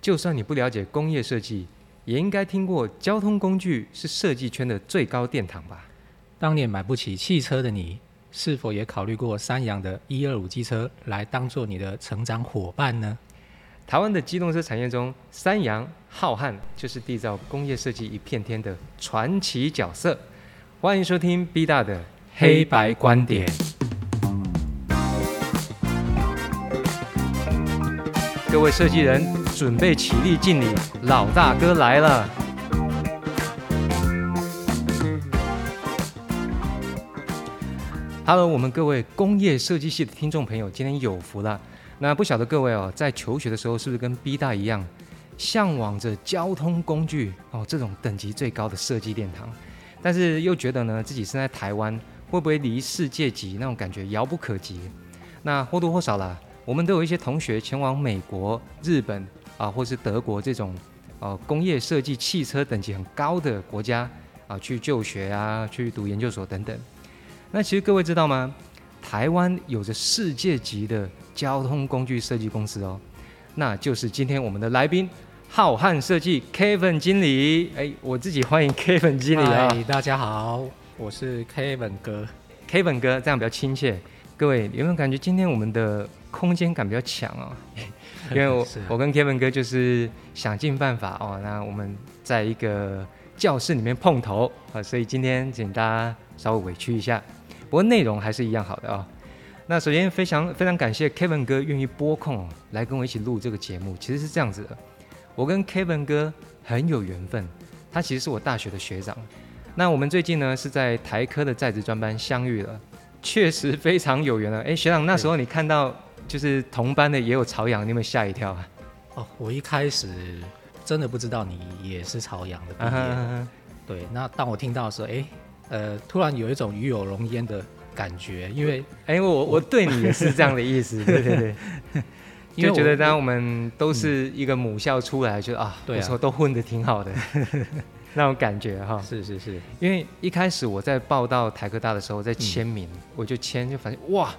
就算你不了解工业设计，也应该听过交通工具是设计圈的最高殿堂吧？当年买不起汽车的你，是否也考虑过三洋的一二五机车来当做你的成长伙伴呢？台湾的机动车产业中，三洋、浩瀚就是缔造工业设计一片天的传奇角色。欢迎收听 B 大的黑白观点。各位设计人，准备起立敬礼，老大哥来了。Hello，我们各位工业设计系的听众朋友，今天有福了。那不晓得各位哦，在求学的时候是不是跟 B 大一样，向往着交通工具哦这种等级最高的设计殿堂，但是又觉得呢自己身在台湾，会不会离世界级那种感觉遥不可及？那或多或少啦，我们都有一些同学前往美国、日本啊，或是德国这种呃工业设计汽车等级很高的国家啊去就学啊，去读研究所等等。那其实各位知道吗？台湾有着世界级的交通工具设计公司哦，那就是今天我们的来宾浩瀚设计 Kevin 经理。哎，我自己欢迎 Kevin 经理啊、嗨，大家好，我是 Kevin 哥。 k e v i n 哥这样比较亲切。各位有没有感觉今天我们的空间感比较强哦？ 因为我是啊我跟 Kevin 哥就是想尽办法哦，那我们在一个教室里面碰头啊，所以今天请大家稍微委屈一下，不过内容还是一样好的哦。那首先非常非常感谢 Kevin 哥愿意拨空哦来跟我一起录这个节目，其实是这样子的，我跟 Kevin 哥很有缘分，他其实是我大学的学长。那我们最近呢是在台科的在职专班相遇了，确实非常有缘了。哎，学长，那时候你看到就是同班的也有朝阳，你有没有吓一跳啊？哦，我一开始真的不知道你 也是朝阳的毕业。啊哈哈对，那当我听到的时候，哎，呃，突然有一种与有荣焉的感觉，因为 哎、我我对你也是这样的意 思，对对对，因为就我嗯觉得当然我们都是一个母校出来，觉得啊，对啊不错，都混得挺好的 那种感觉哈。是是是，因为一开始我在报到台科大的时候，在签名，嗯我就签，就发现哇，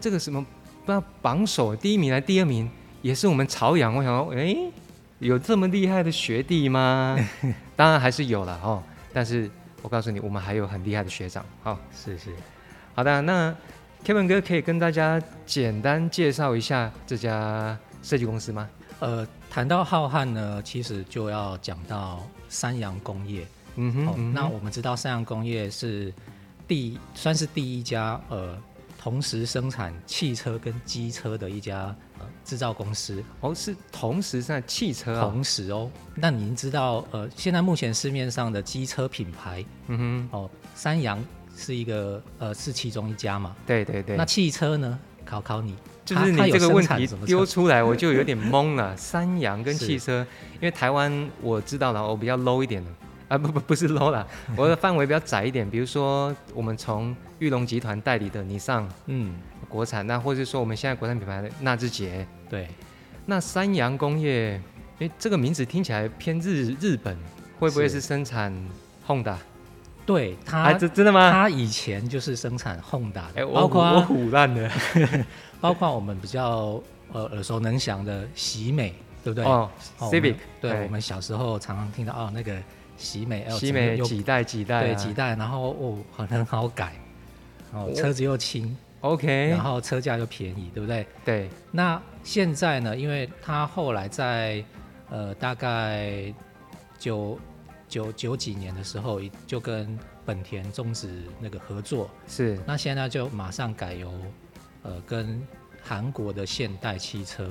这个什么不知道榜首第一名还是第二名，也是我们朝阳。我想说，哎，有这么厉害的学弟 吗？当然还是有了哦，但是我告诉你，我们还有很厉害的学长。好、是是，好的，那 Kevin 哥可以跟大家简单介绍一下这家设计公司吗？呃，谈到浩瀚呢，其实就要讲到三洋工业。嗯哼，哦，嗯哼那我们知道三洋工业是第算是第一家呃，同时生产汽车跟机车的一家呃制造公司。哦是同时在汽车啊、同时哦，那您知道呃，现在目前市面上的机车品牌嗯哦，三洋是一个呃是其中一家嘛？哼，对对对，那汽车呢？考考你，就是它它你有这个生问产题什么车丢出来， 我就有点懵了。 三洋跟是汽车，因为台湾我知道了，我比较 low 一点的啊，不不不是 low 啦，我的范围比较窄一点。比如说，我们从玉龙集团代理的尼桑嗯，国产，那或者说我们现在国产品牌的纳智捷，对，那三洋工业，诶，这个名字听起来偏日日本，会不会是是生产 Honda？对它啊，这真的吗？它以前就是生产 Honda 哎，的，我包唬我括啊虎烂了。包括我们比较呃耳熟能详的喜美，对不对？哦哦我们，Civic，对，哎我们小时候常常听到哦，那个喜美，西美又几代几代啊，对几代，然后哦很很好改，哦哦车子又轻， ？OK，然后车价又便宜，对不对？对，那现在呢，因为它后来在呃大概九九九几年的时候，就跟本田终止那个合作，是那现在就马上改由呃跟韩国的现代汽车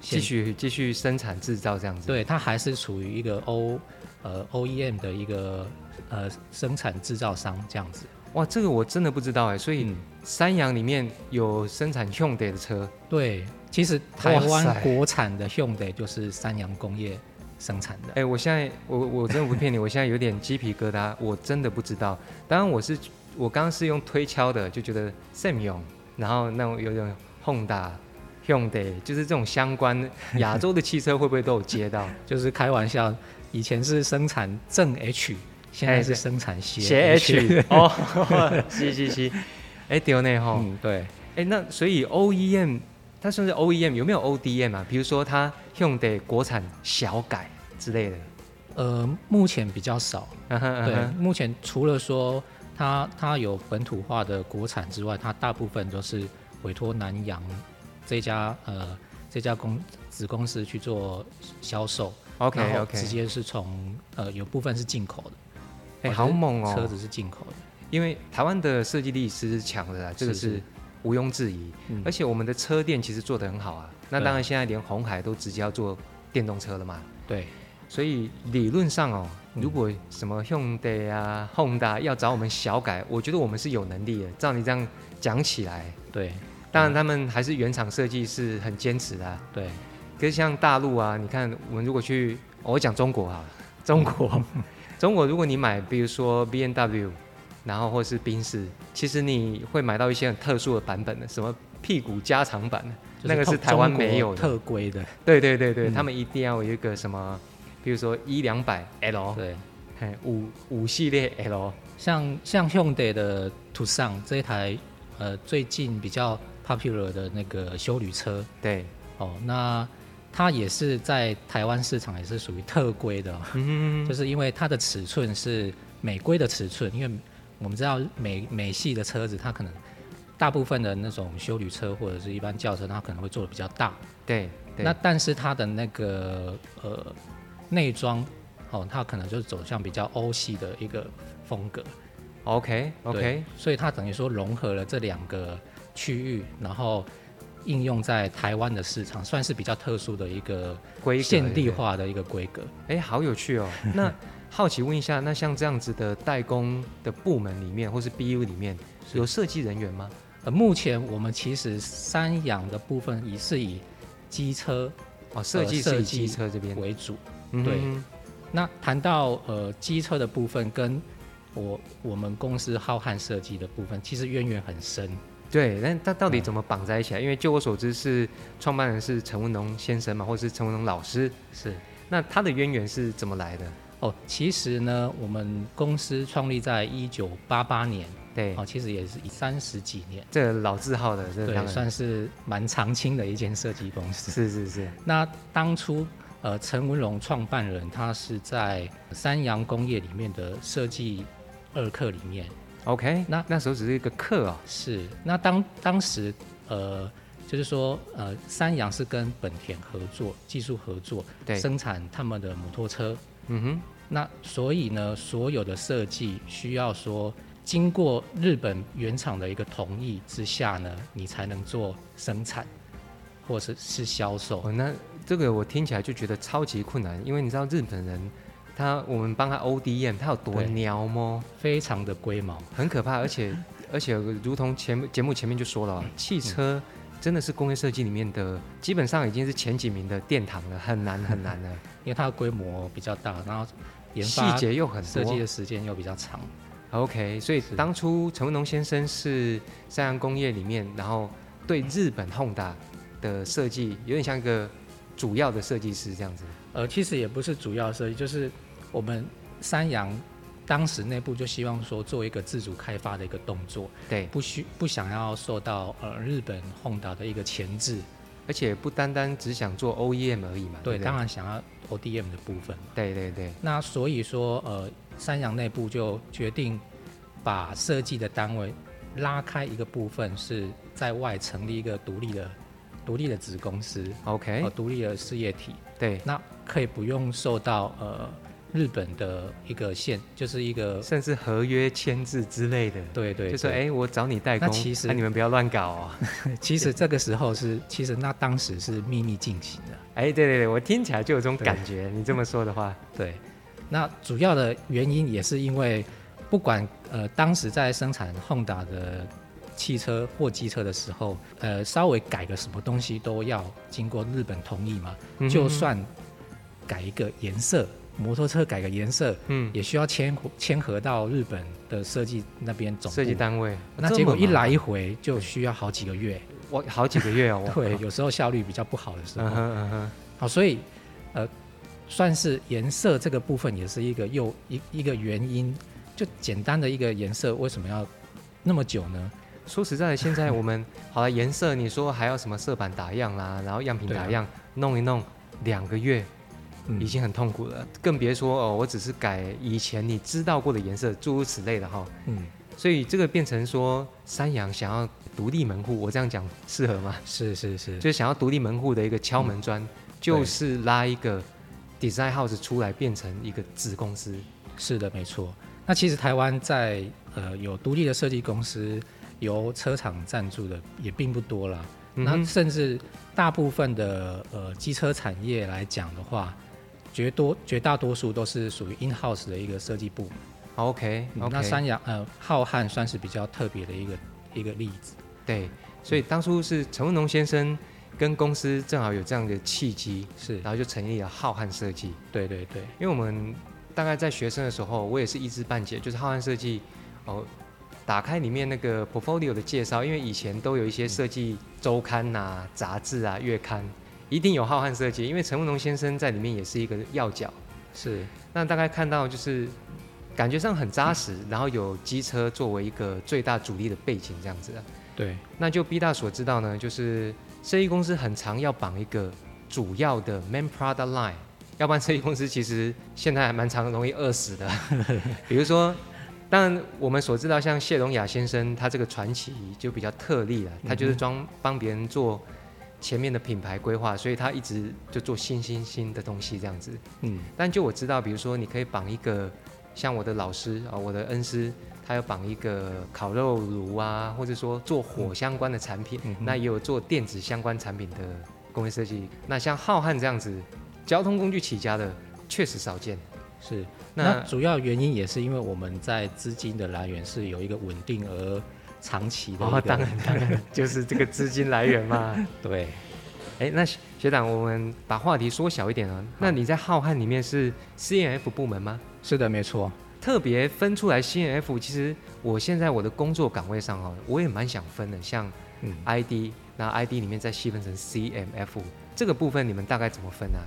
现继续继续生产制造这样子。对，它还是处于一个 O 呃 OEM 的一个呃生产制造商这样子。哇，这个我真的不知道哎，所以三洋里面有生产 Hyundai 的车，对，其实台哇湾塞国产的 Hyundai 就是三洋工业生产的。哎，我现在我我真的不骗你，我现在有点鸡皮疙瘩，我真的不知道。当然我是我刚刚是用推敲的，就觉得 Samyong，然后那种有点 Honda。Hyundai 就是这种相关亚洲的汽车会不会都有接到就是开玩笑，以前是生产正 H，现在是哎对生产斜 斜 H 哦， 是是是，哎对呢哈，嗯，对，哎那所以 OEM 它甚至 OEM 有没有 ODM 啊？比如说它用的国产小改之类的。 呃，目前比较少。嗯哼对，嗯目前除了说它它有本土化的国产之外，它大部分都是委托南洋这家呃这家公子公司去做销售。哼 OK 然后直 OK，接是从呃有部分是进口的，哎、哦好就是猛哦！车子是进口的，因为台湾的设计力其实是强的啦，啊这个是是是毋庸置疑。嗯而且我们的车店其实做得很好啊。那对当然，现在连红海都直接要做电动车了嘛。对，所以理论上哦，嗯如果什么 Hyundai 啊、Honda 要找我们小改，我觉得我们是有能力的。照你这样讲起来，对当然他们还是原厂设计是很坚持的啊、对，可是像大陆啊，你看我们如果去，我讲中国啊，中国， 中国如果你买，比如说 B N W，然后或是宾士，其实你会买到一些很特殊的版本的，什么屁股加长版的，就那个透是台湾中国没有的特规的，对对对对，嗯他们一定要有一个什么，比如说一两百 L，对，嘿五五系列 L，像像 Hyundai 的 Tucson 这一台呃最近比较 popular 的那个修旅车对，哦，那它也是在台湾市场也是属于特规的哦、嗯就是因为它的尺寸是美规的尺寸，因为我们知道美美系的车子，它可能大部分的那种修旅车或者是一般轿车，它可能会做的比较大。对对，那但是它的那个呃内装哦，它可能就是走向比较欧系的一个风格。 OK 对 OK，所以它等于说融合了这两个区域，然后应用在台湾的市场，算是比较特殊的一个规格限对定不对化的一个规格。哎，好有趣哦。 那好奇问一下，那像这样子的代工的部门里面，或是 BU 里面，是有设计人员吗？呃，目前我们其实三养的部分也是以机车哦，设计呃设是以计机车这边，为主。嗯对哼，那谈到呃机车的部分，跟我我们公司浩瀚设计的部分，其实渊源很深。对。但他嗯到底怎么绑在一起来？因为就我所知是创办人是陈文龙先生嘛，或是陈文龙老师，是那他的渊源是怎么来的？哦，其实呢，我们公司创立在一九八八年，对，哦，其实也是三十几年，这个老字号的，这个对，当然算是蛮长青的一间设计公司。是是是，那当初呃，陈文龙创办人他是在呃三洋工业里面的设计二课里面 OK，那那那时候只是一个课哦，是。那当当时呃，就是说呃，三洋是跟本田合作技术合作，对，生产他们的摩托车。嗯那所以呢，所有的设计需要说经过日本原厂的一个同意之下呢，你才能做生产或是是销售哼，。哦，那这个我听起来就觉得超级困难，因为你知道日本人。他我们帮他 ODM，他有多对鸟么？非常的龟毛。很可 怕，而且而且，如同前节目前面就说了嗯啊，汽车真的是工业设计里面的，基本上已经是前几名的殿堂了，很难很难了，因为它的规模比较大，然后 研细发节又很设计多。的时间又比较长。 OK，所以是当初陈文龙先生是三洋工业里面，然后对日本 Honda 的设计有点像一个主要的设计师这样子。呃，其实也不是主要设计，就是我们三洋当时内部就希望说做一个自主开发的一个动作，对，不需不想要受到呃日本 Honda 的一个钳制，而且不单单只想做 OEM 而已嘛。对不对，对，当然想要 ODM 的部分。对对对，那所以说，呃，三洋内部就决定把设计的单位拉开一个部分，是在外成立一个独立的独立的子公司， OK，、呃，独立的事业体。对，那可以不用受到呃日本的一个限，就是一个甚至合约签字之类的。对对就说哎、对诶我找你代工，那其实啊你们不要乱搞 哦。其实这个时候是，其实那当时是秘密进行的，哎、对对对，我听起来就有这种对感觉。你这么说的话，对。那主要的原因也是因为，不管呃当时在生产 Honda 的汽车或机车的时候，呃稍微改个什么东西都要经过日本同意嘛，嗯就算改一个颜色，摩托车改个颜色，嗯，也需要签签合到日本的设计那边总部设计单位，那这结么果一麻嗯来一回就需要好几个月，烦，我好几个 月哦。我对，，有时候效率比较不好的时嗯候，哼嗯哼，好，所以呃，算是颜色这个部分也是一个又一一个原因，就简单的一个颜色为什么要那么久呢？ 说实在的，现在我们好了，颜色你说还要什么色板打样啦，然后样品对啊打样，弄一弄，两个月嗯已经很痛苦了，更别说哦，我只是改以前你知道过的颜色，诸如此类的哈。嗯所以这个变成说，三羊想要独立门户，我这样讲适合吗？是是是，嗯就是想要独立门户的一个敲门砖，就是拉一个 design house 出来，变成一个子公司。是的，没错。那其实台湾在呃有独立的设计公司由车厂赞助的也并不多啦。嗯那哼甚至大部分的呃机车产业来讲的话，绝多绝大多数都是属于 in house 的一个设计部门。 ，OK 嗯 OK，那三洋呃浩瀚算是比较特别的一个一个例子。对，嗯所以当初是陈文龙先生跟公司正好有这样的契机，是然后就成立了浩瀚设计。对对对，因为我们大概在学生的时候，我也是一知半解，就是浩瀚设计哦。打开里面那个 portfolio 的介绍，因为以前都有一些设计周刊呐、杂志啊、月刊，一定有浩瀚设计，因为陈文龙先生在里面也是一个要角。是那大概看到就是感觉上很扎实，然后有机车作为一个最大主力的背景这样子啊。对那就 B 大所知道呢，就是设计公司很常要绑一个主要的 main product line，要 不然设计公司其实现在还蛮常容易饿死的。 比如说，当然我们所知道，像谢荣雅先生他这个传奇就比较特例了，他就是装帮别人做前面的品牌规划，所以他一直就做新新新的东西这样子。嗯但就我知道，比如说你可以绑一个，像我的老师啊、我的恩师，他有绑一个烤肉炉啊，或者说做火相关的产品，嗯哼那也有做电子相关产品的工业设计。那像浩瀚这样子，交通工具起家的确实少见。是。那那主要原因也是因为我们在资金的来源是有一个稳定而长期的一个、哦，当然当 然，就是这个资金来源 嘛。对。哎，那学学长，我们把话题缩小一点啊。那你在浩瀚里面是 CNF 部门吗？是的，没错，特别分出来 CNF，其实我现在我的工作岗位上哦，我也蛮想分的，像嗯 ID，那 ID 里面再细分成 CMF 这个部分，你们大概怎么分啊？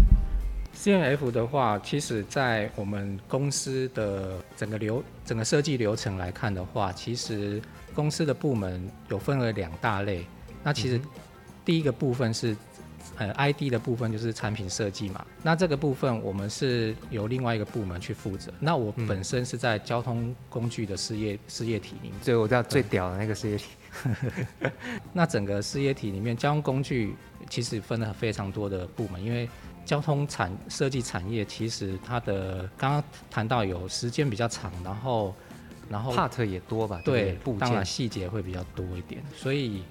CNF 的话，其实在我们公司的整个流、整个设计流程来看的话，其实公司的部门有分为两大类。那其实第一个部分是，呃，ID 的部分就是产品设计嘛。那这个部分我们是由另外一个部门去负责。那我嗯本身是在交通工具的事业事业体里面。最我知道最屌的那个是那整个事业体里面，交通工具其实分了非常多的部门，因为交通产设计产业其实它的刚刚谈到有时间比较长，然后然后 part 也多吧？对对不对，部当然件细节会比较多一点，所以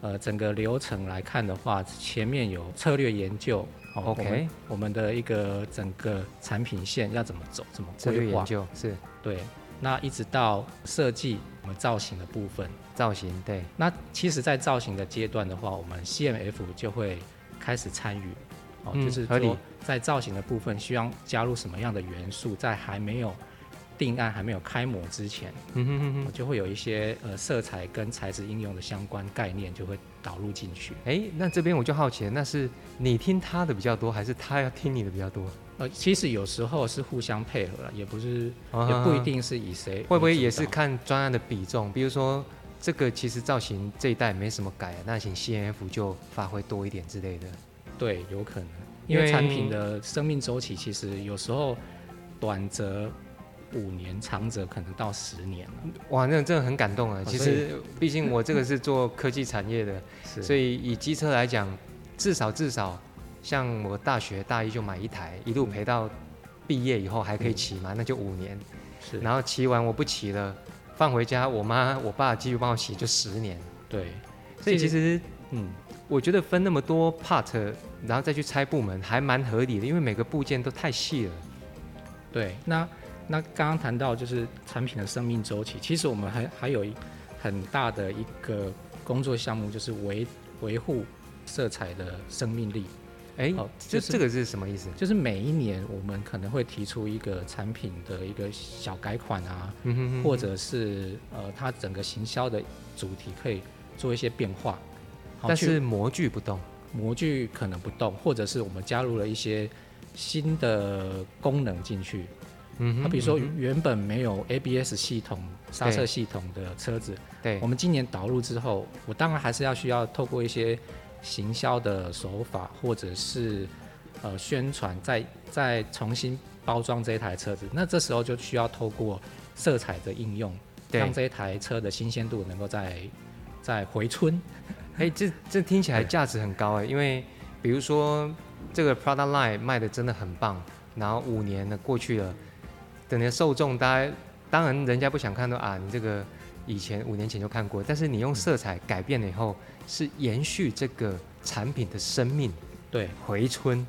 呃整个流程来看的话，前面有策略研究。哦 OK 我们我们的一个整个产品线要怎么走，怎么策略规研划，究是对，那一直到设计我们造型的部分，造型对， 那其实，在造型的阶段的话，我们 CMF 就会开始参与，哦，嗯就是合理说在造型的部分需要加入什么样的元素，在还没有定案、还没有开模之前，嗯哼哼我、哼。就会有一些呃色彩跟材质应用的相关概念就会导入进去。哎，那这边我就好奇了，那是你听他的比较多，还是他要听你的比较多？呃，其实有时候是互相配合了，也不是、啊也不一定是以谁会不为会主也是导看专案的比重？比如说这个其实造型这一代没什么改、啊，那请 CNF 就发挥多一点之类的。对，有可能，因因为为产品的生命周期其实有时候短则五年，长则可能到十年了。哇，那真的很感动啊！哦其所以实，毕竟我这个是做科技产业 的，是所以以以机车来讲，至少至少，像我大学大一就买一台，一嗯路陪到毕业以后还可以骑嘛，那就五年。是然后骑完我不骑了，放回家，我妈我爸继续帮我骑，就十年。对，所以其实嗯，我觉得分那么多 part，然后再去拆部门，还蛮合理的，因为每个部件都太细了。对。那那刚刚谈到就是产品的生命周期，其实我们还还有一很大的一个工作项目，就是维维护色彩的生命力。哎哦，这就是这个是什么意思？就是每一年我们可能会提出一个产品的一个小改款啊，嗯哼哼或者是呃，它整个行销的主题可以做一些变化，好但去是模具不动。模具可能不动，或者是我们加入了一些新的功能进去，嗯那哼，比如说嗯原本没有 ABS 系统、刹车系统的车子，哼对我，们今年导入之后，我当然还是要需要透过一些行销的手法，或者是呃宣传，再再重新包装这一台车子。那这时候就需要透过色彩的应用，对让这一台车的新鲜度能够再再回春。哎，这这听起来对价值很高哎，因为比如说这个 Prada Line 卖的真的很棒，然后五年了过去了，等你的受众大家当然人家不想看到啊，你这个以前五年前就看过，但是你用色彩改变了以后，是延续这个产品的生命对，回春，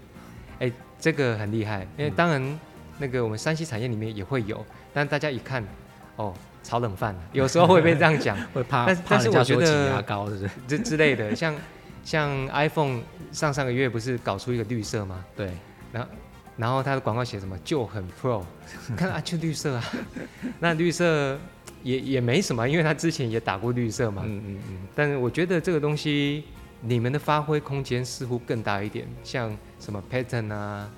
哎，这个很厉害，因为当然那个我们山西产业里面也会有，但大家一看哦。炒冷饭， 有时候会被这样讲，会怕但是怕但是人家我觉说挤得牙膏，是不是？这之类的，像像 iPhone 上上个月不是搞出一个绿色吗？对，然后它的广告写什么就很 Pro，看啊就绿色啊，那绿色也也没什么，因为它之前也打过绿色嘛。嗯嗯嗯，但是我觉得这个东西你们的发挥空间似乎更大一点，像什么 pattern 啊、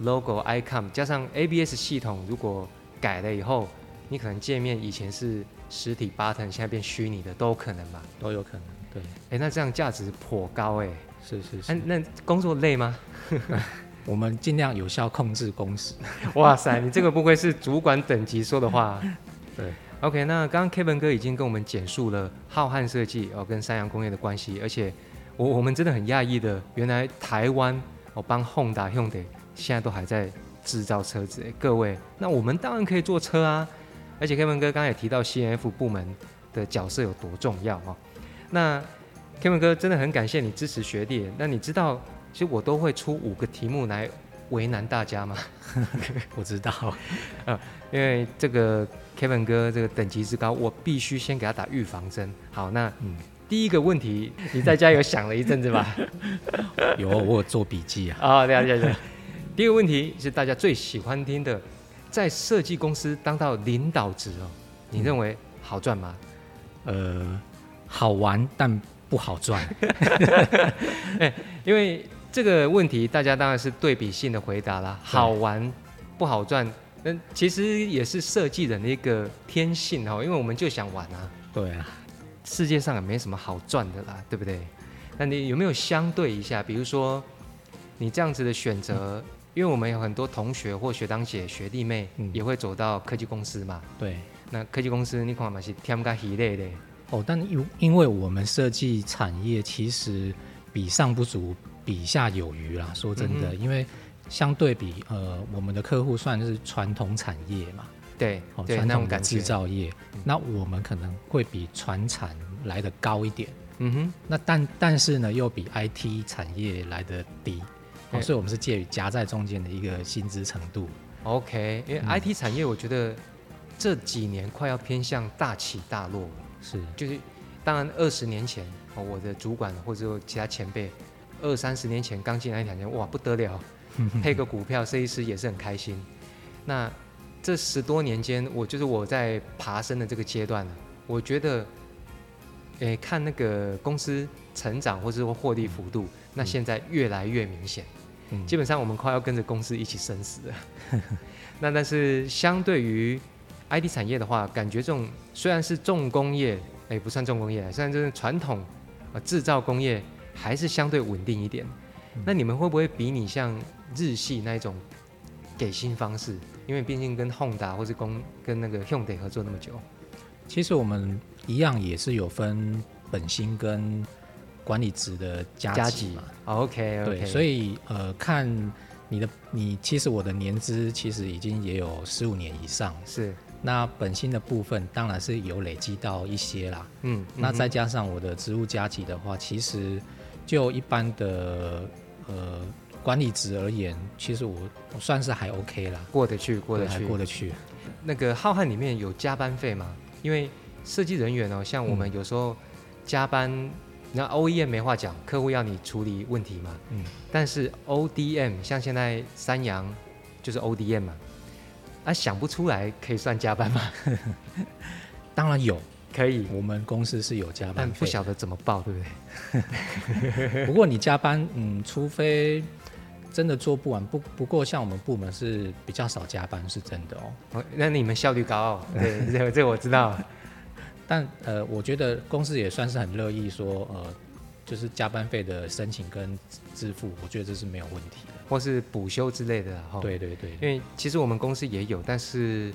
logo、icon，加上 ABS 系统，如果改了以后，你可能界面以前是实体 button，现在变虚拟的都可能吧。都有可能。对，哎，那这样价值颇高哎。是是是，哎、那工作累吗？我们尽量有效控制工时。 哇塞，你这个不愧是主管等级说的话。对。 OK，那刚刚 Kevin 哥已经跟我们简述了浩瀚设计哦跟三洋工业的关系，而且我我们真的很讶异的，原来台湾哦帮 Honda、Hyundai 现在都还在制造车子，哎各位，那我们当然可以做车啊。而且 Kevin 哥刚才也提到 CNF 部门的角色有多重要哦。那 Kevin 哥真的很感谢你支持学弟，那你知道其实我都会出五个题目来为难大家吗？ 我知道， 因为这个 Kevin 哥这个等级之高，我必须先给他打预防针。好，那嗯第一个问题，你在家有想了一阵子 吧？有我有做笔记啊。啊、对啊，对啊，对啊。第一个问题是大家最喜欢听的，在设计公司当到领导职哦，你认嗯为好赚吗？呃，好玩但不 好赚。因为这个问题大家当然是对比性的回答啦，对好玩不好赚。那其实也是设计人的一个天性哦，因为我们就想玩啊。对啊，世界上也没什么好赚的啦，对不对？那你有没有相对一下？比如说，你这样子的选择，因为我们有很多同学或学长姐、学弟妹嗯也会走到科技公司嘛。对。那科技公司你看嘛是天干地类的，哦，但因因为我们设计产业其实比上不足，比下有余啦。说真的，嗯因为相对比呃，我们的客户算是传统产业嘛，对、哦，对，传那种统的感觉制。造业嗯，那我们可能会比传产来的高一点。嗯哼，那但但是呢，又比 IT 产业来的低，对哦，所以我们是介于夹在中间的一个薪资程度。 OK，因为嗯 IT 产业，我觉得这几年快要偏向大起大落了。是，就是当然二十年前，哦我的主管或者其他前辈，二三十年前刚进来一两年，哇不得了，配个股票，设计师也是很开心。那这十多年间，我就是我在爬升的这个阶段，我觉得，诶，看那个公司成长或者说获利幅度，那现在越来越明显。嗯基本上我们快要跟着公司一起生死 了。那但是相对于 IT 产业的话，感觉这种虽然是重工业，哎，不算重工业，虽然就是传统呃制造工业，还是相对稳定一点。嗯那你们会不会比你像日系那一种给薪方式？因为毕竟跟 Honda 或是跟跟那个 Hyundai 合作那么久，其实我们一样也是有分本薪跟管理职的加加哦级级嘛。 OK OK，对，所以呃，看你的你，其实我的年资其实已经也有十五年以上了。是那本薪的部分当然是有累积到一些啦。嗯，那嗯再加上我的职务加级的话，其实就一般的呃管理职而言，其实我我算是还 OK 啦，过得去过得对还去过得去。那个浩瀚里面有加班费吗？因为设计人员哦，像我们有时候加班，那 OEM 没话讲，客户要你处理问题嘛。嗯。但是 ODM 像现在三洋就是 ODM 嘛，啊想不出来可以算加班吗？当然有， 可以，我们公司是有加班但费，不晓得怎么报，对不对？不过你加班，嗯，除非真的做不完。不不过像我们部门是比较少加班，是真的哦。哦那你们效率高，哦对，这这我知道。但呃，我觉得公司也算是很乐意说呃，就是加班费的申请跟支付，我觉得这是没有问题的。或是补休之类的啊哈。，对对对哦因为其实我们公司也有，但是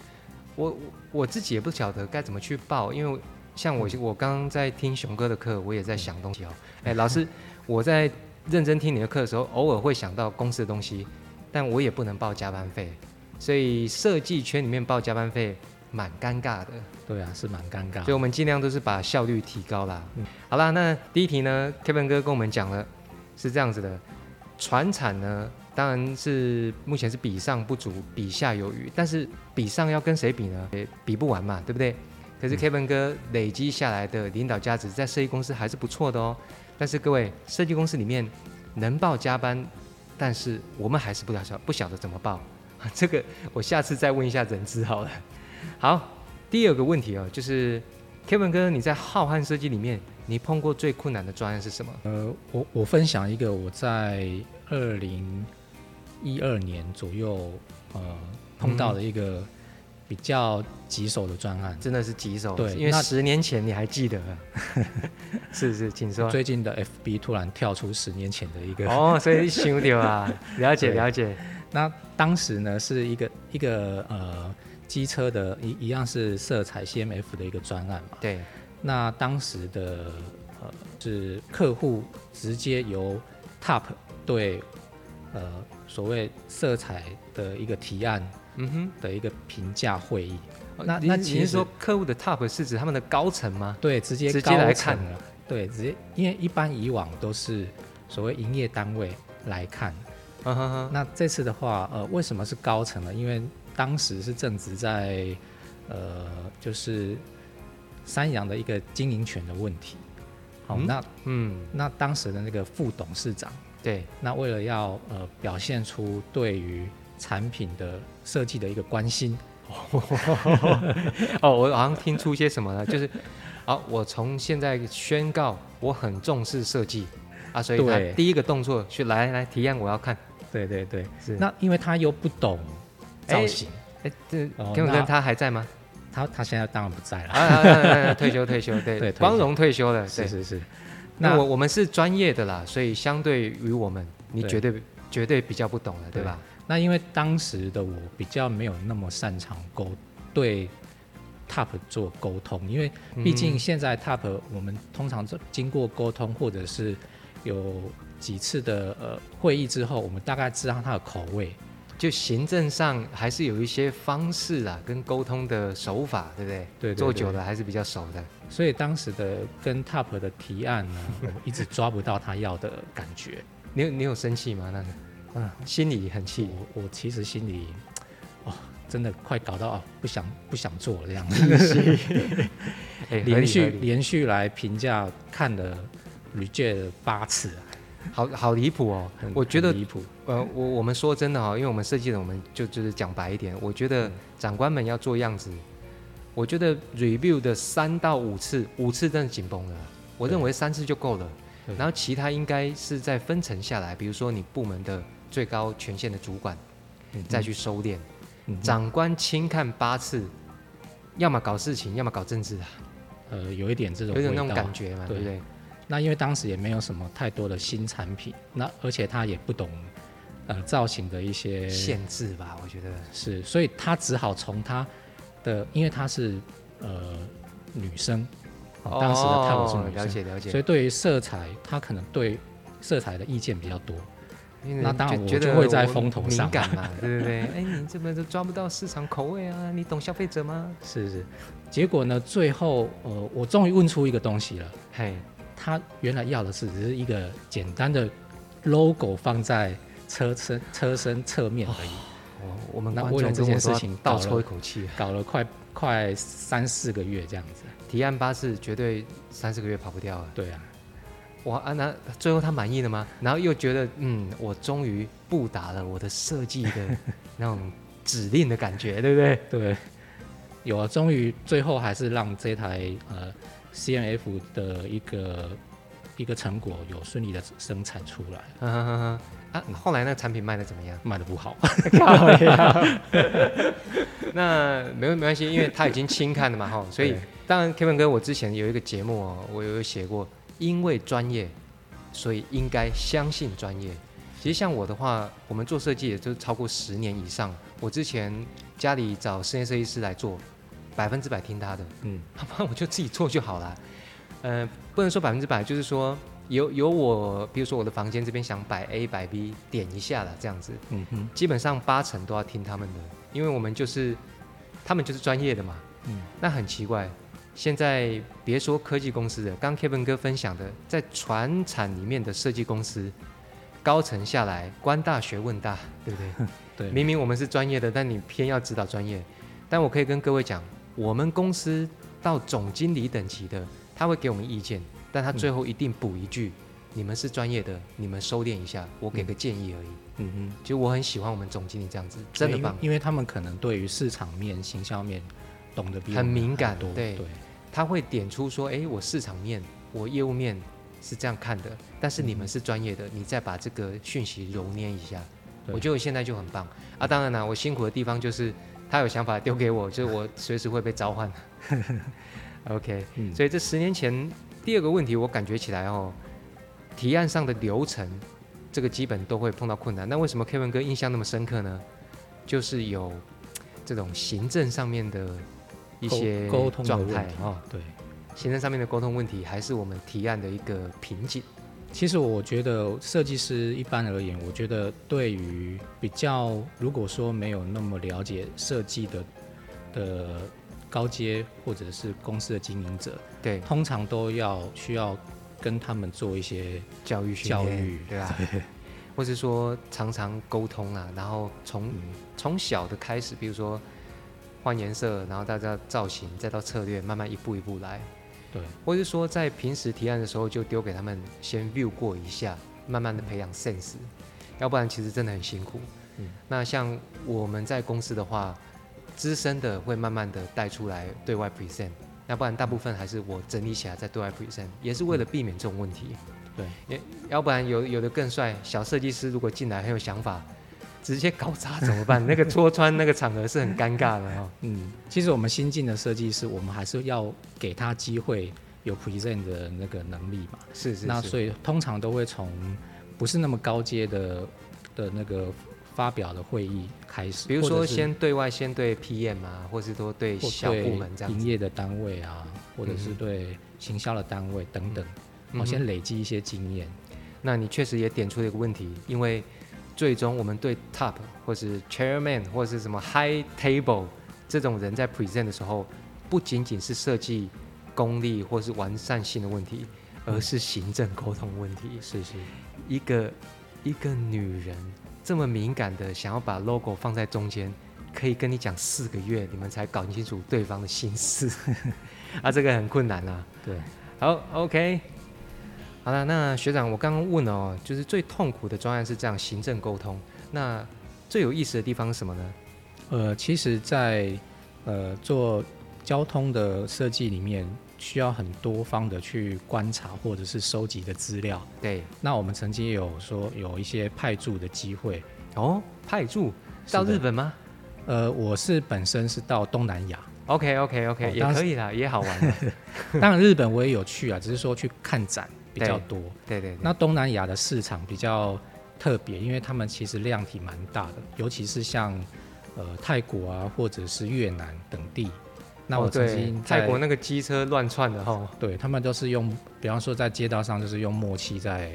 我我我自己也不晓得该怎么去报，因为像我、我刚刚在听熊哥的课，我也在想东西哦。哎，老师，我在认真听你的课的时候，偶尔会想到公司的东西，但我也不能报加班费，所以设计圈里面报加班费蛮尴尬的。对啊，是蛮尴尬所以的。我们尽量都是把效率提高啦。嗯好啦，那第一题呢，Kevin 哥跟我们讲了是这样子的，船产呢当然是目前是比上不足，比下有余，但是比上要跟谁比呢？也比不完嘛，对不对？可是 Kevin 哥累积下来的领导价值，在设计公司还是不错的哦。但是各位，设计公司里面能报加班，但是我们还是不晓不晓得怎么报， 这个我下次再问一下人资好了。好，第二个问题哦，就是 Kevin 哥，你在浩瀚设计里面，你碰过最困难的专案是什么？呃，我我分享一个我在二零一二年左右呃碰到嗯的一个比较棘手的专案。真的是棘手，对因为那十年前你还记 得，是是，请说。 最近的 FB 突然跳出十年前的一个，哦，所以想掉 啊，了解对了解， 那当时呢是一个一个呃机车的一一样是色彩 CMF 的一个专案嘛。对，那当时的呃是客户直接由 TOP 对呃所谓色彩的一个提案嗯哼。的一个评价会议，哦那你那你其是实说客户的 top 是指他们的高层吗？对，直接直接高来层看了，对，直接因为一般以往都是所谓营业单位来看，嗯哼哼，那这次的话，呃，为什么是高层呢？因为当时是正值在呃就是三洋的一个经营权的问题，好，嗯那嗯，那当时的那个副董事长。对，那为了要呃表现出对于产品的设计的一个关心，哦，我好像听出些什么了，就是， 好，我从现在宣告我很重视设计啊，所以他对第一个动作去来来提案，我要看，对对对。是那因为他又不懂造型，哎，这哦田永那根他还在吗？他他现在当然不在了。 啊啊啊，啊退休退休，对，对退休光荣退休了， 是对。是是。那那我我们是专业的啦，所以相对于我们，你对绝对绝对比较不懂了，对对吧？那因为当时的我比较没有那么擅长沟对 TOP 做沟通，因为毕竟嗯现在 TOP 我们通常是经过沟通或者是有几次的呃会议之后，我们大概知道他的口味。就行政上还是有一些方式啦，跟沟通的手法，对不对？对对做对久了还是比较熟的。所以当时的跟 TOP 的提案呢，我一直抓不到他要的感觉。你有你有生气吗？那个嗯，心里很 气，我我其实心里，哦，真的快搞到哦，不想不想做这样哎，嗯合连理续合理连续来评价看了 reject 了八次啊，好好离谱哦很！我觉得很离谱。呃，我我们说真的哈、因为我们设计的，我们就就是讲白一点，我觉嗯得长官们要做样子，我觉得 review 的三到五次，五次真的紧绷了，我对认为三次就够了对。然后其他应该是在分层下来，比如说你部门的最高权限的主管嗯再去收敛，嗯长官轻看八次，要么搞事情，要么搞政治啊，呃有一点这种有点那种味道感。觉嘛，对对不对？那因为当时也没有什么太多的新产品，那而且他也不懂呃造型的一些限制吧，我觉得。是，所以他只好从他的，因为她是呃女生，哦，当时的泰晤是哦女了生，解了解所以，对于色彩，她可能对色彩的意见比较多。因为那人当然就我觉就得会在我风头上啊敏感 嘛，对不对？哎，你这么都抓不到市场口味啊？你懂消费者吗？是是，结果呢，最后呃，我终于问出一个东西了，嘿，他原来要的是只是一个简单的 logo 放在车身车身侧面而已，我哦我们那观为了众这跟我件说事情倒搞了抽一口气啊，搞了快快三四个月这样子。提案八次绝对三四个月跑不掉啊！对啊，哇啊，那最后他满意了吗？然后又觉得，嗯，我终于不打了我的设计 的那种指令的感觉，对不对？对，有啊，终于最后还是让这台呃 CMF 的一个一个成果有顺利的生产出来。哈哈哈哈！啊，后来那个产品卖的怎么样？ 卖的不好。靠呀 那没没关系，因为他已经轻看了嘛，哈，所以对当然 Kevin 哥，我之前有一个节目哦，我有写过，因为专业，所以应该相信专业。其实像我的话，我们做设计也就超过十年以上，我之前家里找室内设计师来做，百分之百听他的， 嗯，要不然我就自己做就好了。呃，不能说百分之百，就是说有有我，比如说我的房间这边想摆 A 摆 B，点一下了这样子，嗯哼，基本上八成都要听他们的，因为我们就是他们就是专业的嘛。嗯，那很奇怪，现在别说科技公司的，刚 Kevin 哥分享的，在船产里面的设计公司，高层下来官大学问大，对不对？对，明明我们是专业的，但你偏要指导专业。但我可以跟各位讲，我们公司到总经理等级的，他会给我们意见，但他最后一定补一句：你们是专业的，你们收敛一下，我给个建议而已。嗯哼。其实我很喜欢我们总经理这样子，真的因为棒。因为他们可能对于市场面、行销面懂得比我们很敏感还多，对对，他会点出说，哎，我市场面、我业务面是这样看的，但是你们是专业的，你再把这个讯息揉捏一下，对我觉得我现在就很棒啊。当然啦，我辛苦的地方就是他有想法丢给我，就是我随时会被召 唤。OK，嗯所以这十年前第二个问题，我感觉起来哦，提案上的流程这个基本都会碰到困难。那为什么 Kevin 哥印象那么深刻呢？就是有这种行政上面的一些沟沟通的状问态题哦，对。行政上面的沟通问题，还是我们提案的一个瓶颈。其实我觉得设计师一般而言，我觉得对于比较如果说没有那么了解设计的的高阶或者是公司的经营者，对，通常都要需要跟他们做一些教育训练教育对 吧？或是说常常沟通啊，然后从嗯从小的开始，比如说换颜色，然后大家造型，再到策略，慢慢一步一步来。对，或是说在平时提案的时候就丢给他们先 view 过一下，慢慢的培养 sense，要不然其实真的很辛苦。嗯那像我们在公司的话，资深的会慢慢的带出来对外 present，要不然大部分还是我整理起来再对外 present，也是为了避免这种问题。对，也要不然有有的更帅，小设计师如果进来很有想法，直接搞砸怎么 办？那个戳穿那个场合是很尴尬的哦。嗯，其实我们新进的设计师，我们还是要给他机会有 present 的那个能力嘛。是是那是所以通常都会从不是那么高阶的的那个发表的会议开始，比如或说者是先对外，先对 PM 啊，或是说对或小部门这样对营子。业的单位啊，或者是嗯对行销的单位等等，嗯我、哼先累积一些经验。那你确实也点出了一个问题，因为最终我们对 top 或是 chairman 或是什么 high table 这种人在 present 的时候，不仅仅是设计功力或是完善性的问题，而是行政沟通问题。是是，一个一个女人这么敏感的想要把 logo 放在中间，可以跟你讲四个月，你们才搞清楚对方的心 思，啊，这个很困难啊。对，好，OK，好了，那学长，我刚刚问了哦，就是最痛苦的专案是这样行政沟通，那最有意思的地方是什么呢？呃，其实在，呃做交通的设计里面，需要很多方的去观察或者是收集的资料。对，那我们曾经也有说有一些派驻的机会，哦，派驻是到的日本吗呃，我是本身是到东南 亚， ？OK OK OK，、哦也当时可以啦，也好玩 啦。当然日本我也有去啊，只是说去看展比较多。对对对，那东南亚的市场比较特别，因为他们其实量体蛮大的，尤其是像呃泰国啊，或者是越南等地。那哦我曾对经在、泰国那个机车乱窜的哈，对他们都是用，比方说在街道上就是用默契在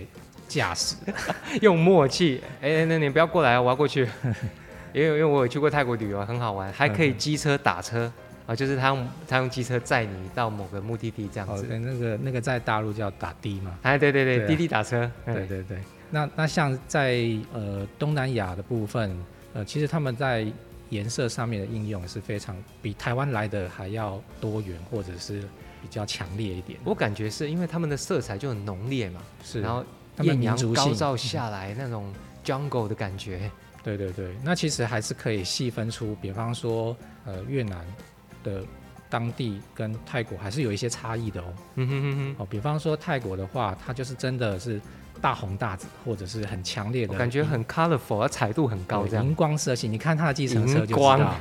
驾驶， 用默契，哎、那你不要过来啊，我要过去， 因为因为我有去过泰国旅游，很好玩，还可以机车打车啊，就是他用他用机车载你到某个目的地这样哦子，。对，那个那个在大陆叫打的嘛。哎，对对对对，啊滴滴打车，对嗯对对，那那像在呃东南亚的部分，呃，其实他们在颜色上面的应用是非常比台湾来的还要多元，或者是比较强烈一点。我感觉是因为他们的色彩就很浓烈嘛，嗯是，然后他们艳阳民族高性照下来那种 jungle 的感觉，对对对，那其实还是可以细分出，比方说呃越南的当地跟泰国还是有一些差异的哦。嗯哼哼哦，比方说泰国的话，它就是真的是大红大紫，或者是很强烈的哼，感觉很 colorful，它彩度很高对这样。荧光色系。你看它的计程车就知荧道光了，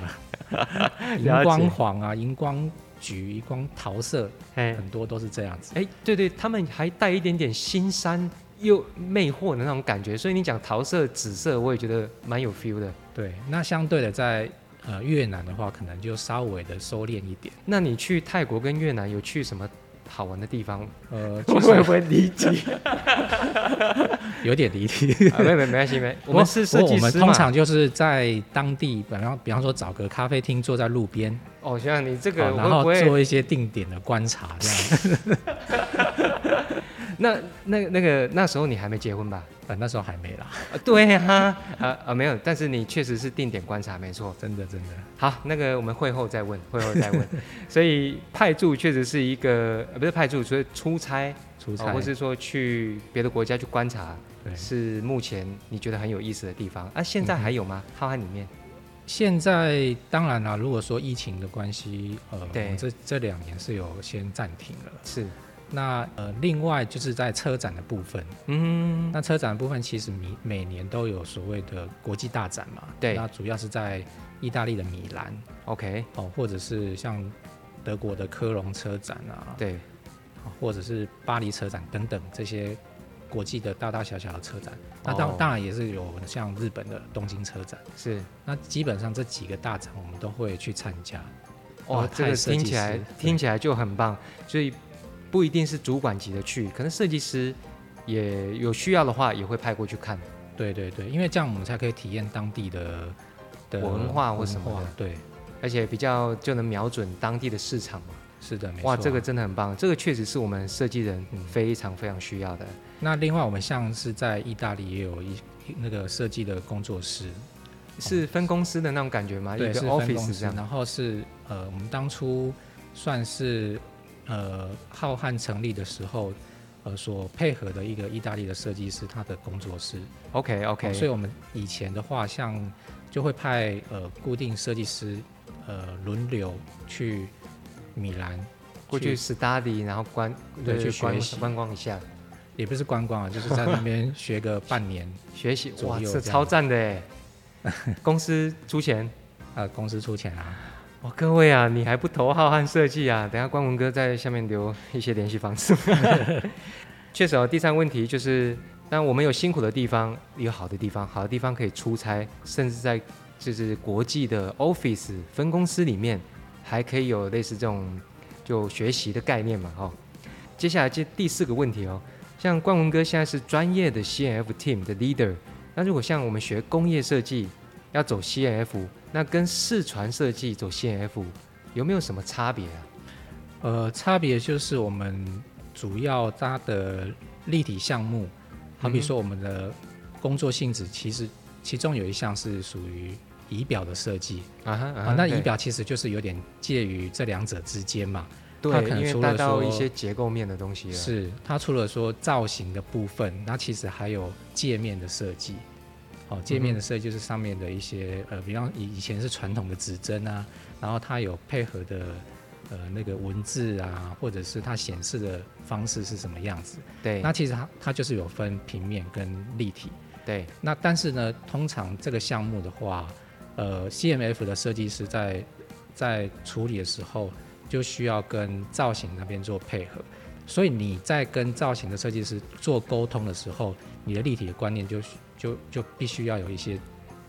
荧 了解光黄啊，荧光橘、荧光桃色，哎很多都是这样子。哎，对对，他们还带一点点新山又魅惑的那种感觉，所以你讲桃色、紫色，我也觉得蛮有 feel 的。对，那相对的在呃越南的话，可能就稍微的收敛一点。那你去泰国跟越南有去什么好玩的地 方？ 呃，我其实不会离题？有点离题。啊没没没关系没， 我们是不过设我计们师通嘛。常就是在当地，比方比方说找个咖啡厅，坐在路边，哦，像你这好个会然后不会？做一些定点的观察，这样。 那那那个那时候你还没结婚吧？呃，那时候还没啦，啊 对呀、啊， 啊啊没有，但是你确实是定点观察，没错。真的真的。好，那个我们会后再问，会后再 问。所以派驻确实是一个，呃，不是派驻，所以出差，出哦差，或是说去别的国家去观察，对。嗯是目前你觉得很有意思的地方。啊，现在还有吗？浩瀚里面，现在当然啦，如果说疫情的关系，呃，我对们这这两年是有先暂停了。是，那呃，另外就是在车展的部分，嗯，那车展的部分其实每每年都有所谓的国际大展嘛，对那主要是在意大利的米兰 OK，哦，或者是像德国的科隆车展啊，对，哦或者是巴黎车展等等这些国际的大大小小的车展。那当、哦当然也是有像日本的东京车展，是，那基本上这几个大展我们都会去参加。哇，哦这派个设听计起来师听起来就很棒，所以不一定是主管级的去，可能设计师也有需要的话也会派过去看。对对对，因为这样我们才可以体验当地的的文化或什么的文化对，而且比较就能瞄准当地的市场嘛。是的，没错。啊哇，这个真的很棒，这个确实是我们设计人嗯非常非常需要的。那另外我们像是在意大利也有一一那个设计的工作室，是分公司的那种感觉啊吗？一对，个是分公 office 司这，样。然后是呃，我们当初算是呃浩瀚成立的时候。呃，所配合的一个意大利的设计师，他的工作室。 OK 哦所 OK，以我们以前的话，像就会派呃固定设计师呃轮流去米兰过去 study，然后观对就是去观学习观光一下，也不是观光啊， 就是在那边学个半年， 学习。左哇，右这这样超赞的哎！公司出钱，呃，公司出钱啊。哇，各位啊，你还不投浩瀚设计啊？等一下关文哥在下面留一些联系方式。 确实哦，第三个问题就是，当我们有辛苦的地方，有好的地方，好的地方可以出差，甚至在就是国际的 office 分公司里面，还可以有类似这种就学习的概念嘛，哈、哦。接下来接第四个问题哦，像冠文哥现在是专业的 CNF team 的 leader，那如果像我们学工业设计，要走 CNF，那跟视传设计走 CNF 有没有什么差别啊？呃，差别就是我们主要它的立体项目，好比说我们的工作性质，其实其中有一项是属于仪表的设计啊哈，啊，那仪对表其实就是有点介于这两者之间嘛。它可对，能因为除带了到一说些结构面的东西了。是它除了说造型的部分，那其实还有界面的设计。哦，界面的设计就是上面的一些呃，比方以以前是传统的指针啊，然后它有配合的呃那个文字啊，或者是它显示的方式是什么样子。对，那其实它它就是有分平面跟立体。对，那但是呢，通常这个项目的话，呃，CMF 的设计师在在处理的时候，就需要跟造型那边做配合。所以你在跟造型的设计师做沟通的时候，你的立体的观念就就就必须要有一些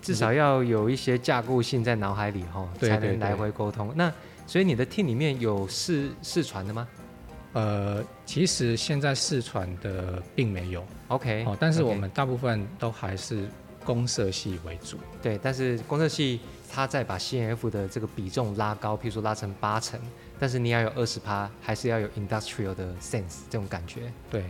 至少要有一些架构性在脑海里哈，对才对能来对回沟通。那所以你的 team 里面有视视传的吗呃，其实现在试传的并没有？OK，哦，但是 OK 我们大部分都还是公社系为主。对，但是工程系它在把 CNF 的这个比重拉高，譬如说拉成八成，但是你要有二十趴，还是要有 industrial 的 sense 这种感觉。对，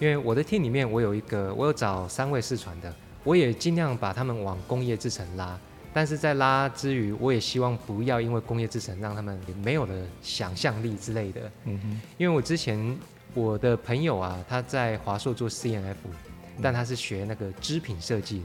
因为我的 team 里面，我有一个，我有找三位试传的，我也尽量把他们往工业制程拉。但是在拉之余，我也希望不要因为工业制程让他们没有了想象力之类的。嗯哼。因为我之前我的朋友啊，他在华硕做 CNF，但嗯他是学那个织品设计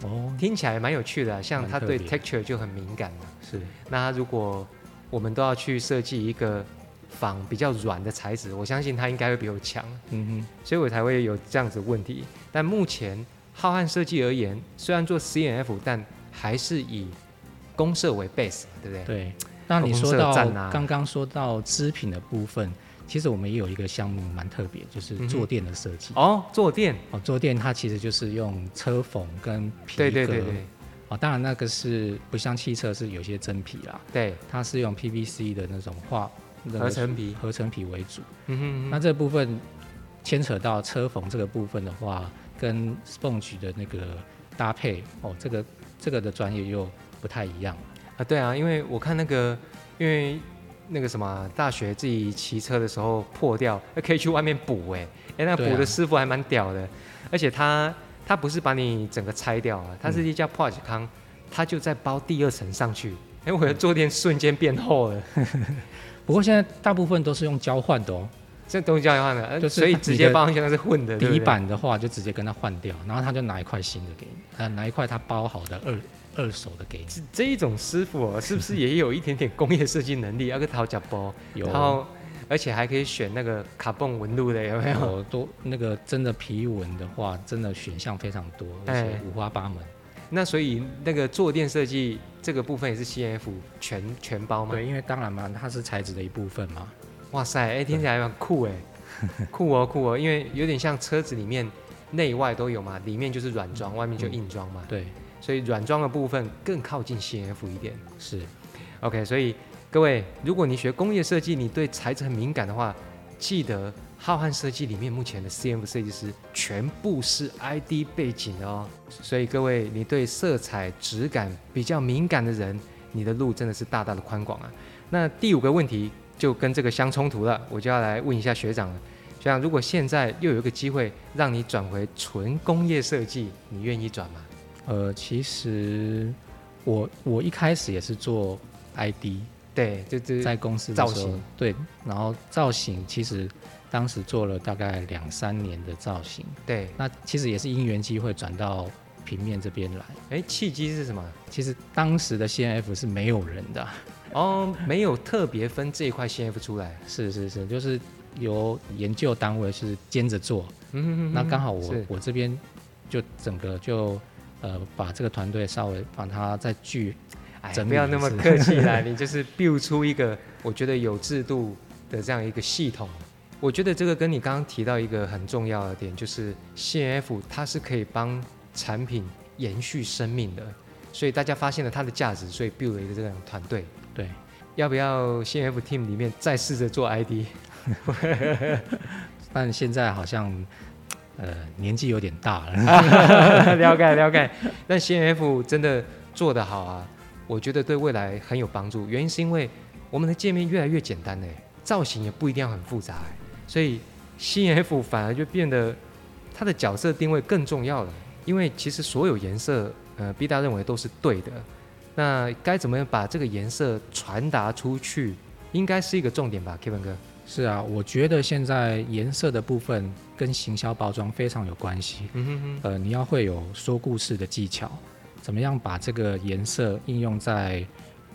的，哦，听起来蛮有趣的啊、像蛮他特对别 texture 就很敏感嘛、是啊那他如果我们都要去设计一个仿比较软的材质，我相信他应该会比我强，嗯所以我才会有这样子的问题。但目前浩瀚设计而言，虽然做 CNF，但还是以公社为 base，对不对哼，？对。那口你红说色到赞啊刚刚说到织品的部分，其实我们也有一个项目蛮特别，嗯就是坐垫的设计。哦，坐垫，哦，坐垫它其实就是用车缝跟皮革，对对对对哦，当然那个是不像汽车是有些真皮啦，对，它是用 PVC 的那种化那个合成皮合成皮为主。嗯哼嗯哼那这部分牵扯到车缝这个部分的话，跟 sponge 的那个搭配哦，这个这个的专业又不太一样。啊，对啊，因为我看那个，因为那个什么，大学自己骑车的时候破掉，呃可以去外面补哎、哎，那对啊补的师傅还蛮屌的，而且他他不是把你整个拆掉啊，他是嗯一家破纸康，他就再包第二层上去，哎，我的嗯坐垫瞬间变厚了，不过现在大部分都是用交换的哦，这东西交换了，呃就是所以你直接的包上去那是混的，对不底对，板的话就直接跟他换掉，然后他就拿一块新的给你，呃，拿一块他包好的二二手的给这这一种师傅哦，是不是也有一点点工业设计能力，要个讨脚包，你，有然后而且还可以选那个卡蹦纹路的，有没有？ 有多哎那个真的皮纹的话，真的选项非常多，而且哎五花八门。那所以那个坐垫设计这个部分也是 CF 全全包吗？对，因为当然嘛，它是材质的一部分嘛。哇塞，哎、听起来蛮酷哎，酷哦酷哦，因为有点像车子里面内外都有嘛，里面就是软嗯装，外面就硬装嘛，对，所以软装的部分更靠近 CF 一点。是 OK，所以各位，如果你学工业设计，你对材质很敏感的话，记得浩瀚设计里面目前的 CF 设计师全部是 ID 背景的哦。所以各位，你对色彩质感比较敏感的人，你的路真的是大大的宽广啊。那第五个问题就跟这个相冲突了，我就要来问一下学长了。学长，如果现在又有一个机会让你转回纯工业设计，你愿意转吗？呃，其实我我一开始也是做 ID，对，就就在公司的造时候型对，然后造型其实当时做了大概两三年的造型，对。那其实也是因缘机会转到平面这边来。哎，契机是什么？其实当时的 CNF 是没有人的啊， 哦，没有特别分这一块 CF 出来。是是是，就是由研究单位是兼着做，嗯那刚好我是我这边就整个就呃把这个团队稍微把它再聚，哎，整不要理那么是客气 啦，你就是 build 出一个我觉得有制度的这样一个系统。我觉得这个跟你刚刚提到一个很重要的点，就是 CF 它是可以帮产品延续生命的，所以大家发现了它的价值，所以 build 了一个这样的团队。 对，要不要 CF team 里面再试着做 ID？但现在好像呃年纪有点大啊 了，了解了解。但 CNF 真的做得好啊，我觉得对未来很有帮助。原因是因为我们的界面越来越简单嘞，造型也不一定要很复杂欸，所以 CNF 反而就变得它的角色定位更重要了。因为其实所有颜色，呃，B 大认为都是对的。那该怎么样把这个颜色传达出去，应该是一个重点吧，Kevin 哥。 是啊，我觉得现在颜色的部分跟行销包装非常有关系，嗯哼哼，呃，你要会有说故事的技巧，怎么样把这个颜色应用在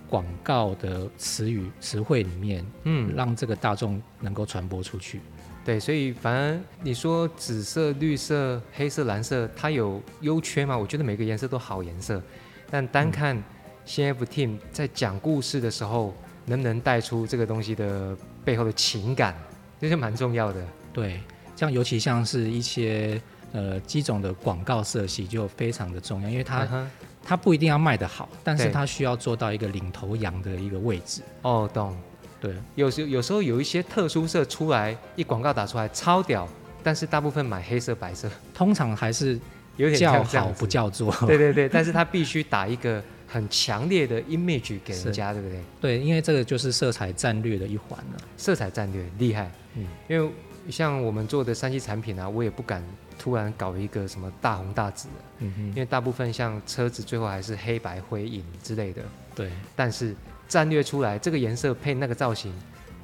广告的词语词汇里面，嗯，让这个大众能够传播出去。对，所以反正你说紫色、绿色、黑色、蓝色，它有优缺吗？我觉得每个颜色都好颜色，但嗯单看 CF Team 在讲故事的时候，能不能带出这个东西的背后的情感，这是蛮重要的。对，像尤其像是一些呃机种的广告色系就非常的重要，因为它、嗯哼它不一定要卖得好，但是对它需要做到一个领头羊的一个位置。哦，懂。对，有时有时候有一些特殊色出来，一广告打出来超屌，但是大部分买黑色、白色，通常还是有点叫像这样好子不叫座。对对对，但是它必须打一个很强烈的 image 给人是家，对不对？对，因为这个就是色彩战略的一环了、色彩战略厉害，嗯因为像我们做的三 C 产品啊，我也不敢突然搞一个什么大红大紫的，嗯因哼，为大部分像车子最后还是黑白灰影之类的，对，但是战略出来这个颜色配那个造型，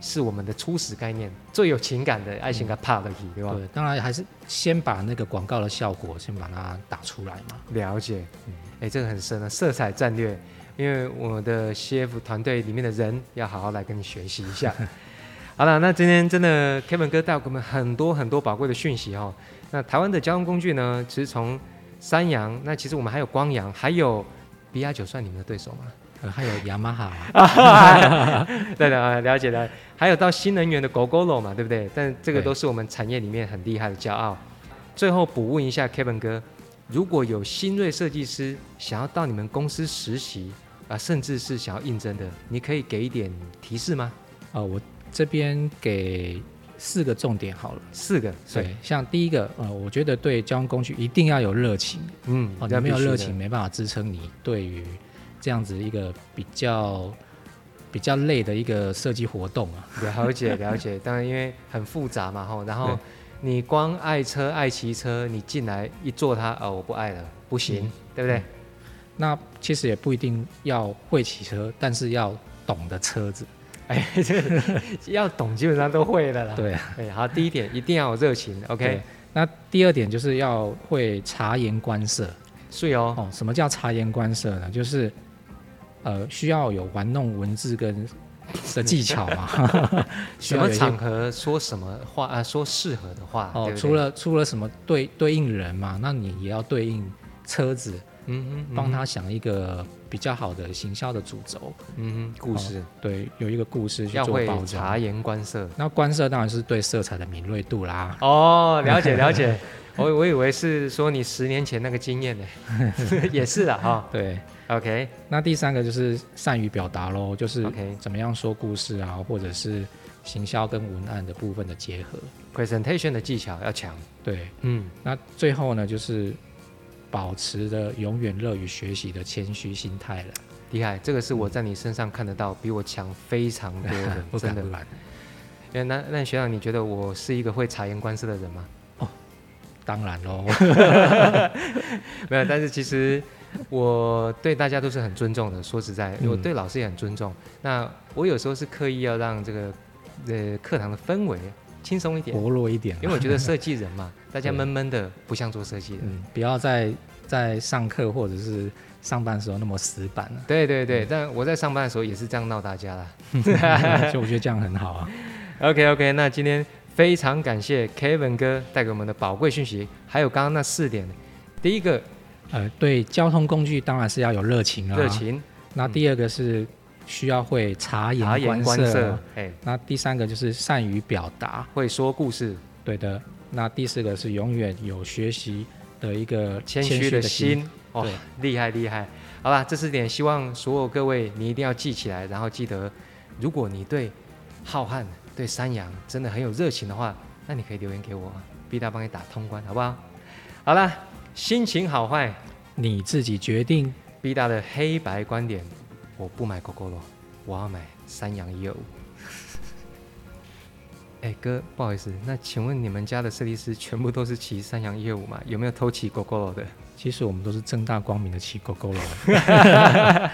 是我们的初始概念，最有情感的爱情跟怕的题，对吧？对，当然还是先把那个广告的效果先把它打出来嘛。了解嗯，哎，这个很深啊，色彩战略。因为我的 CF 团队里面的人要好好来跟你学习一下。好了，那今天真的 Kevin 哥带给我们很多很多宝贵的讯息哦。那台湾的交通工具呢，其实从三洋，那其实我们还有光洋，还有 BR 九算你们的对手吗？呃还有雅马哈，啊 对的，啊了解了。还有到新能源的 GoGoRo 嘛，对不对？但这个对都是我们产业里面很厉害的骄傲。最后补问一下 Kevin 哥，如果有新锐设计师想要到你们公司实习啊，甚至是想要应征的，你可以给一点提示吗？呃，我这边给四个重点好了。四个，所以对，像第一个，呃，我觉得对交通工具一定要有热情嗯，哦，那你没有必须的热情，没办法支撑你对于这样子一个比较比较累的一个设计活动啊。 了解了解，当然因为很复杂嘛吼，然后对你光爱车爱骑车，你进来一坐它，哦，我不爱了，不行，嗯对不对？ 那其实也不一定要会骑车，但是要懂得车子。哎，这个 要懂基本上都会的啦。对啊哎，好，第一点一定要有热情，OK，对那第二点就是要会察言观色是哦，哦。什么叫察言观色呢？就是呃，需要有玩弄文字跟的技巧 嘛，需什要么有一些场合说什么话啊，说适合的话，哦对，不对除了除了什么对对应人嘛，那你也要对应车子，嗯哼，帮他想一个比较好的行销的主轴，嗯哼故事，对，有一个故事去要哦做会包察装。言观 色。那观色当然是对色彩的敏锐度啦，哦，了解了解， 我我以为是说你十年前那个经验呢， 也是的哈对。 ，OK，那第三个就是善于表达喽，就是 OK 怎么样说故事啊，或者是行销跟文案的部分的结合。 presentation 的技巧要强，对，嗯，那最后呢，就是保持着永远乐于学习的谦虚心态了。厉害，这个是我在你身上看得到，比我强非常多不 的，真敢的不。敢。哎那那学长，你觉得我是一个会察言观色的人吗？当然 喽， 没有，但是其实我对大家都是很尊重的。说实在，嗯我对老师也很尊重。那我有时候是刻意要让这个呃课堂的氛围轻松一点，薄弱一点啦，啊因为我觉得设计人嘛，大家对闷闷的不像做设计 的。、嗯，不要再在上课或者是上班的时候那么死板啊了对对嗯对，但我在上班的时候也是这样闹大家啦。嗯 就我觉得这样很好啊。 OK OK，那今天非常感谢 Kevin 哥带给我们的宝贵讯息，还有刚刚那四点。第一个，呃，对，交通工具当然是要有热情啊。热。情、那第二个是需要会察言察言观色色。，啊哎，那第三个就是善于表达，会说故事，对的。那第四个是永远有学习的一个谦虚虚的心。心，哦对，厉害厉害，好吧，这四点希望所有各位你一定要记起来，然后记得，如果你对浩瀚、对山羊真的很有热情的话，那你可以留言给我，毕大帮你打通关，好不好？好啦，心情好坏，你自己决定。毕大的黑白观点，我不买狗狗了，我要买山羊油。 哎哥，不好意思，那请问你们家的设计师全部都是骑山羊业务吗？有没有偷骑狗狗的？其实我们都是正大光明的骑狗狗了。